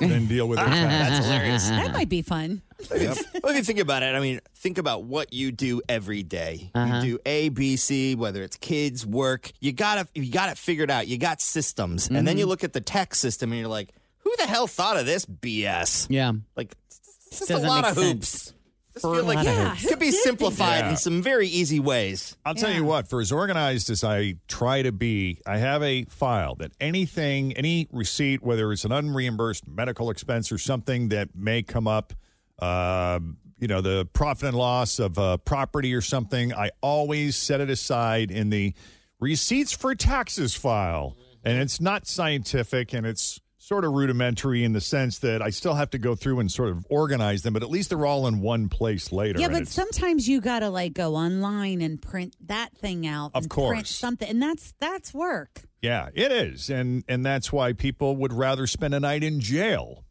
than deal with their taxes. That's hilarious. That Uh-huh. might be fun. Well, if you think about it, I mean, think about what you do every day. Uh-huh. You do A, B, C, whether it's kids, work. You gotta, you got it figured out. You got systems, and then Mhm. you look at the tax system, and you're like, who the hell thought of this BS? Yeah, like it's just a Doesn't lot make of sense. hoops. Just feel like it could be simplified in some very easy ways. I'll tell you what, for as organized as I try to be, I have a file that anything, any receipt, whether it's an unreimbursed medical expense or something that may come up, uh, you know, the profit and loss of uh, property or something, I always set it aside in the receipts for taxes file. And it's not scientific and it's sort of rudimentary in the sense that I still have to go through and sort of organize them, but at least they're all in one place later. Yeah, and but it's- sometimes you gotta like go online and print that thing out. Of and print course. something, and that's that's work. Yeah, it is, and and that's why people would rather spend a night in jail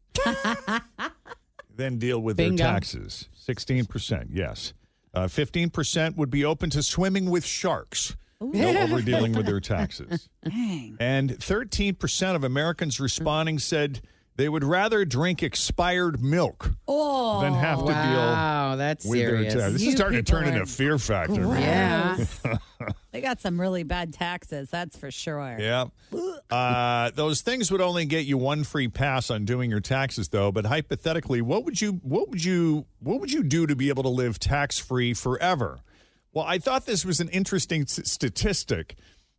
than deal with Bingo. their taxes. Sixteen percent, yes. Uh, Fifteen percent would be open to swimming with sharks no over dealing with their taxes. And thirteen percent of Americans responding said they would rather drink expired milk Oh, than have to Wow, deal that's with serious. their taxes. This You is starting to people turn are into fear factor. man. gross. They got some really bad taxes, that's for sure. Yeah. Uh, those things would only get you one free pass on doing your taxes, though. But hypothetically, what would you what would you what would you do to be able to live tax free forever? Well, I thought this was an interesting s- statistic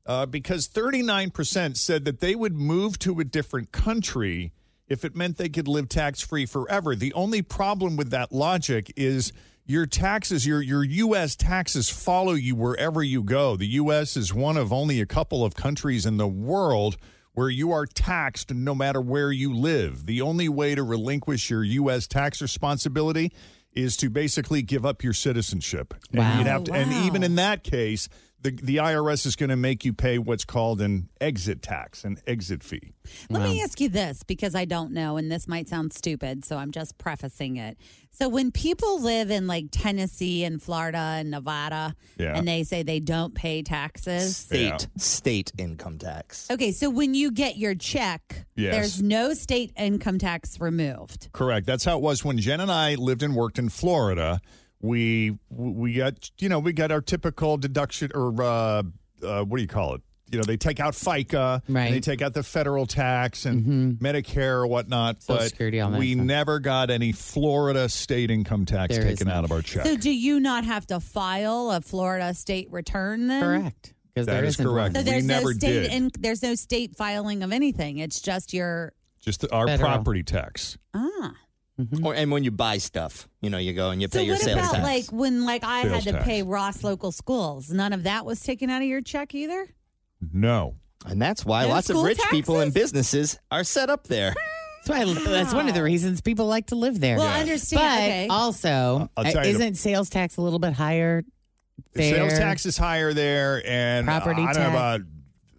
uh, because 39% said that they would move to a different country if it meant they could live tax free forever. The only problem with that logic is your taxes, your, your U.S. taxes follow you wherever you go. The U.S. is one of only a couple of countries in the world where you are taxed no matter where you live. The only way to relinquish your U.S. tax responsibility is to basically give up your citizenship. Wow. And, you'd have to, and even in that case, the, the IRS is going to make you pay what's called an exit tax, an exit fee. Let me ask you this because I don't know, and this might sound stupid, so I'm just prefacing it. So, when people live in like Tennessee and Florida and Nevada, Yeah. and they say they don't pay taxes, State, state income tax. okay, so when you get your check, Yes. there's no state income tax removed. Correct. That's how it was when Jen and I lived and worked in Florida. we we got you know we got our typical deduction or uh, uh, what do you call it? You know, they take out FICA, Right. Mm-hmm. and they take out the federal tax and Medicare or whatnot, Social but Security, all that we stuff. never got any Florida state income tax There is taken out of our check. So, do you not have to file a Florida state return then? Correct. Because That there is isn't correct. So one. We there's no never state did. and there's no state filing of anything. It's just your Just the, our Federal. property tax. ah. Mm-hmm. Or and when you buy stuff, you know, you go and you So pay your what sales about tax. like when like I Sales had to tax. pay Ross local schools? None of that was taken out of your check either. No. And that's why No lots of school rich people and businesses are set up there. That's, why, that's one of the reasons people like to live there. Well, I understand. But okay. also, uh, I'll tell you the- isn't sales tax a little bit higher there? Sales tax is higher there, and Property I don't tax. know about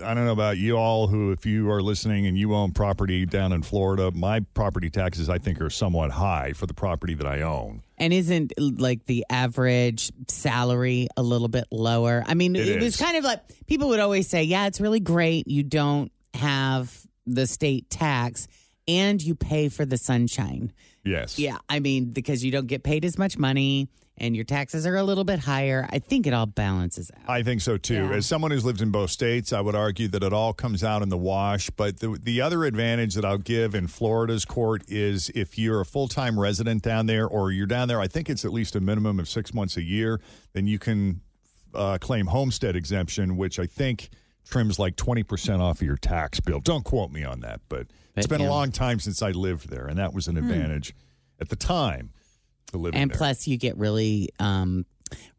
I don't know about you all who, if you are listening and you own property down in Florida, my property taxes I think are somewhat high for the property that I own. And isn't like the average salary a little bit lower? I mean, It it, was is. kind of like people would always say, yeah, it's really great. You don't have the state tax and you pay for the sunshine. Yes. Yeah. I mean, because you don't get paid as much money and your taxes are a little bit higher. I think it all balances out. I think so too. As someone who's lived in both states, I would argue that it all comes out in the wash. But the, the other advantage that I'll give in Florida's court is if you're a full time resident down there or you're down there, I think it's at least a minimum of six months a year, then you can uh, claim homestead exemption, which I think trims like 20% off of your tax bill. Don't quote me on that, but it's been yeah. Hmm. a long time since I lived there, and that was an advantage at the time to live and there. plus, you get really, um,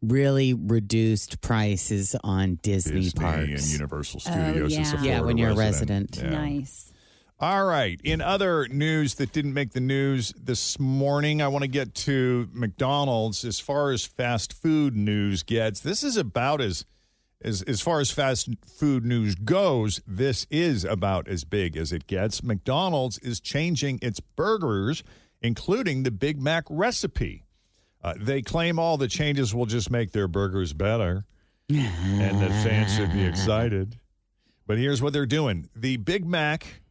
really reduced prices on Disney, Disney parks. and Universal Studios yeah. as a Yeah, when Florida you're a resident. Yeah. Nice. All right. In other news that didn't make the news this morning, I want to get to McDonald's. As far as fast food news gets, this is about as as as far as fast food news goes. This is about as big as it gets. McDonald's is changing its burgers, including the Big Mac recipe. Uh, they claim all the changes will just make their burgers better, and that fans should be excited. But here's what they're doing: the Big Mac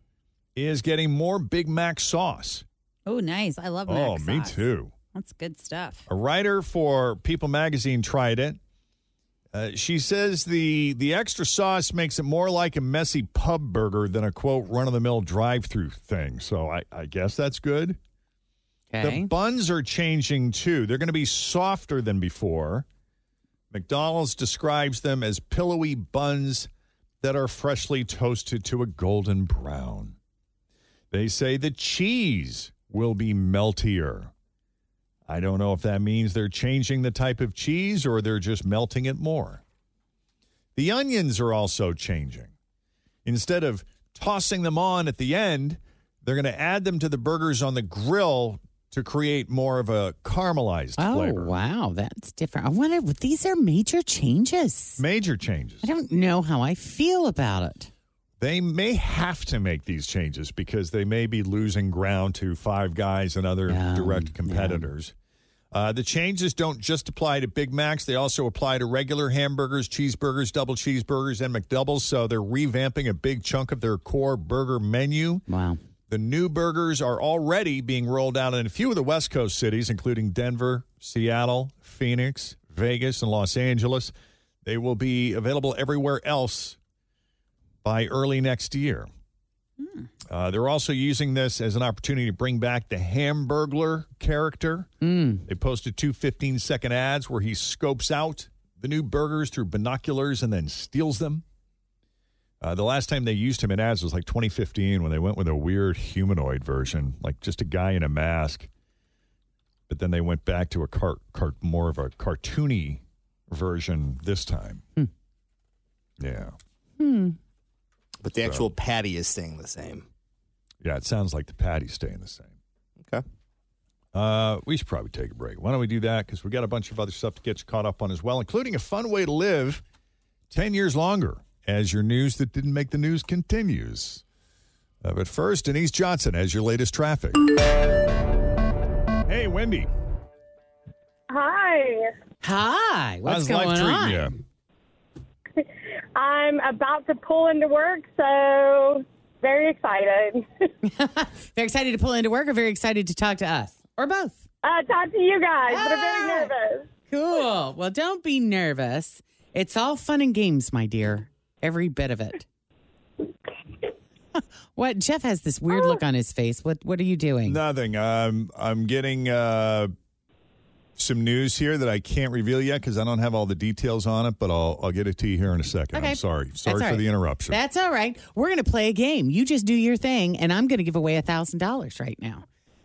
is getting more Big Mac sauce. Oh, nice. I love oh, Mac me sauce. too. That's good stuff. A writer for People Magazine tried it. Uh, she says the the extra sauce makes it more like a messy pub burger than a quote run of the mill drive through thing. So I, I guess that's good. Okay. The buns are changing too. They're going to be softer than before. McDonald's describes them as pillowy buns that are freshly toasted to a golden brown. They say the cheese will be meltier. I don't know if that means they're changing the type of cheese or they're just melting it more. The onions are also changing. Instead of tossing them on at the end, they're going to add them to the burgers on the grill to create more of a caramelized Oh flavor. wow, that's different. I wonder. These are major changes. Major changes. I don't know how I feel about it. They may have to make these changes because they may be losing ground to Five Guys and other direct competitors. Uh, the changes don't just apply to Big Macs, they also apply to regular hamburgers, cheeseburgers, double cheeseburgers, and McDoubles. So they're revamping a big chunk of their core burger menu. Wow. The new burgers are already being rolled out in a few of the West Coast cities, including Denver, Seattle, Phoenix, Vegas, and Los Angeles. They will be available everywhere else by early next year. Uh, they're also using this as an opportunity to bring back the Hamburglar character. They posted two 15 second ads where he scopes out the new burgers through binoculars and then steals them. Uh, the last time they used him in ads was like 2015 when they went with a weird humanoid version, like just a guy in a mask. But then they went back to a cart, cart more of a cartoony version this time. Yeah. Hmm. But the actual patty is staying the same. Yeah, it sounds like the patty's staying the same. Okay. Uh, we should probably take a break. Why don't we do that? Because we got a bunch of other stuff to get you caught up on as well, including a fun way to live 10 years longer as your news that didn't make the news continues. Uh, but first, Denise Johnson has your latest traffic. Hey, Wendy. Hi. Hi. What's how's life going on? treating you? I'm about to pull into work, so very excited. Very excited to pull into work or very excited to talk to us? Or both? Ah! Uh, talk to you guys, but I'm very nervous. Cool. Well, don't be nervous. It's all fun and games, my dear. Every bit of it. what? Jeff has this weird look on his face. What What are you doing? Nothing. Um, I'm getting uh, some news here that I can't reveal yet because I don't have all the details on it, but I'll, I'll get it to you here in a second. Okay. I'm sorry. That's Sorry all for right. the interruption. That's all right. We're going to play a game. You just do your thing, and I'm going to give away a thousand dollars right now.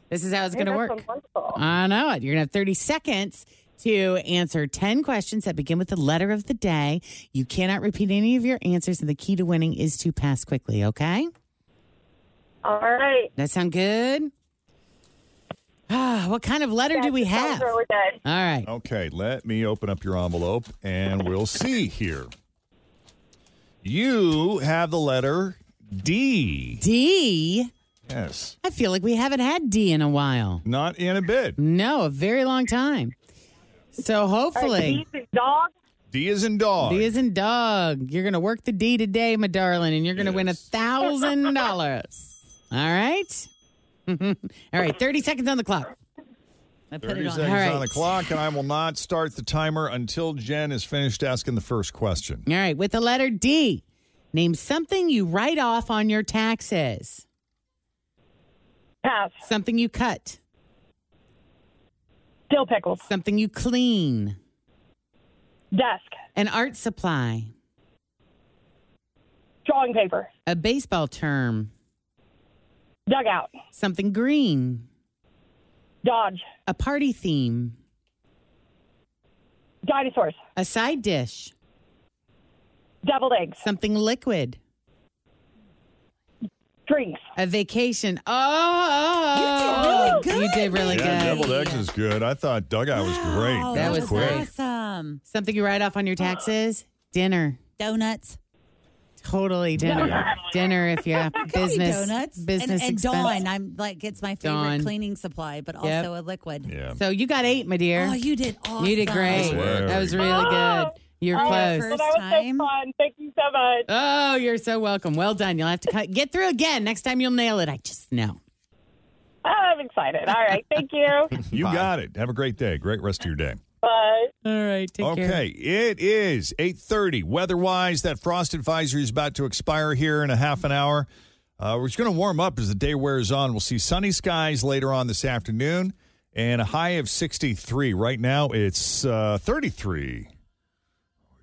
This is how it's going Hey, to that work. sounds wonderful. I know it. You're going to have 30 seconds to answer 10 questions that begin with the letter of the day. You cannot repeat any of your answers, and the key to winning is to pass quickly, okay? All right. That sound good? Ah, what kind of letter do we have? Really good. All right. Okay, let me open up your envelope and we'll see here. You have the letter D. D? Yes. I feel like we haven't had D in a while. Not in a bit. No, a very long time. So hopefully, dog. D is in dog. D is in dog. You're gonna work the D today, my darling, and you're gonna win a thousand dollars. All right. All right. Thirty seconds on the clock. I put 30 it on. seconds All right. on the clock, and I will not start the timer until Jen is finished asking the first question. All right. With the letter D, name something you write off on your taxes. Pass. Something you cut. Dill pickles. Something you clean. Desk. An art supply. Drawing paper. A baseball term. Dugout. Something green. Dodge. A party theme. Dinosaurs. A side dish. Deviled eggs. Something liquid. Drinks. A vacation. Oh, You did really You did really yeah, good. Deviled X is good. I thought dugout was great. Oh, That that, was was quick. awesome. Something you write off on your taxes? Dinner. Donuts. Totally dinner. Dinner if you have Gotta be business. donuts. and, Business and expense. Dawn. I'm like it's my favorite Dawn. cleaning supply, but also Yep. a liquid. Yeah. So you got eight, my dear. Oh, you did awesome. You did great. Nice work. That was really good. You're close. Oh, First time. Fun. Thank you so much. Oh, you're so welcome. Well done. You'll have to cut, get through again. Next time you'll nail it. I just know. I'm excited. All right. Thank you. You got it. Have a great day. Great rest of your day. Bye. All right. Take care. okay, it is 8.30. Weather-wise, that frost advisory is about to expire here in a half an hour. Uh, we're just going to warm up as the day wears on. We'll see sunny skies later on this afternoon and a high of 63. Right now, it's uh, 33.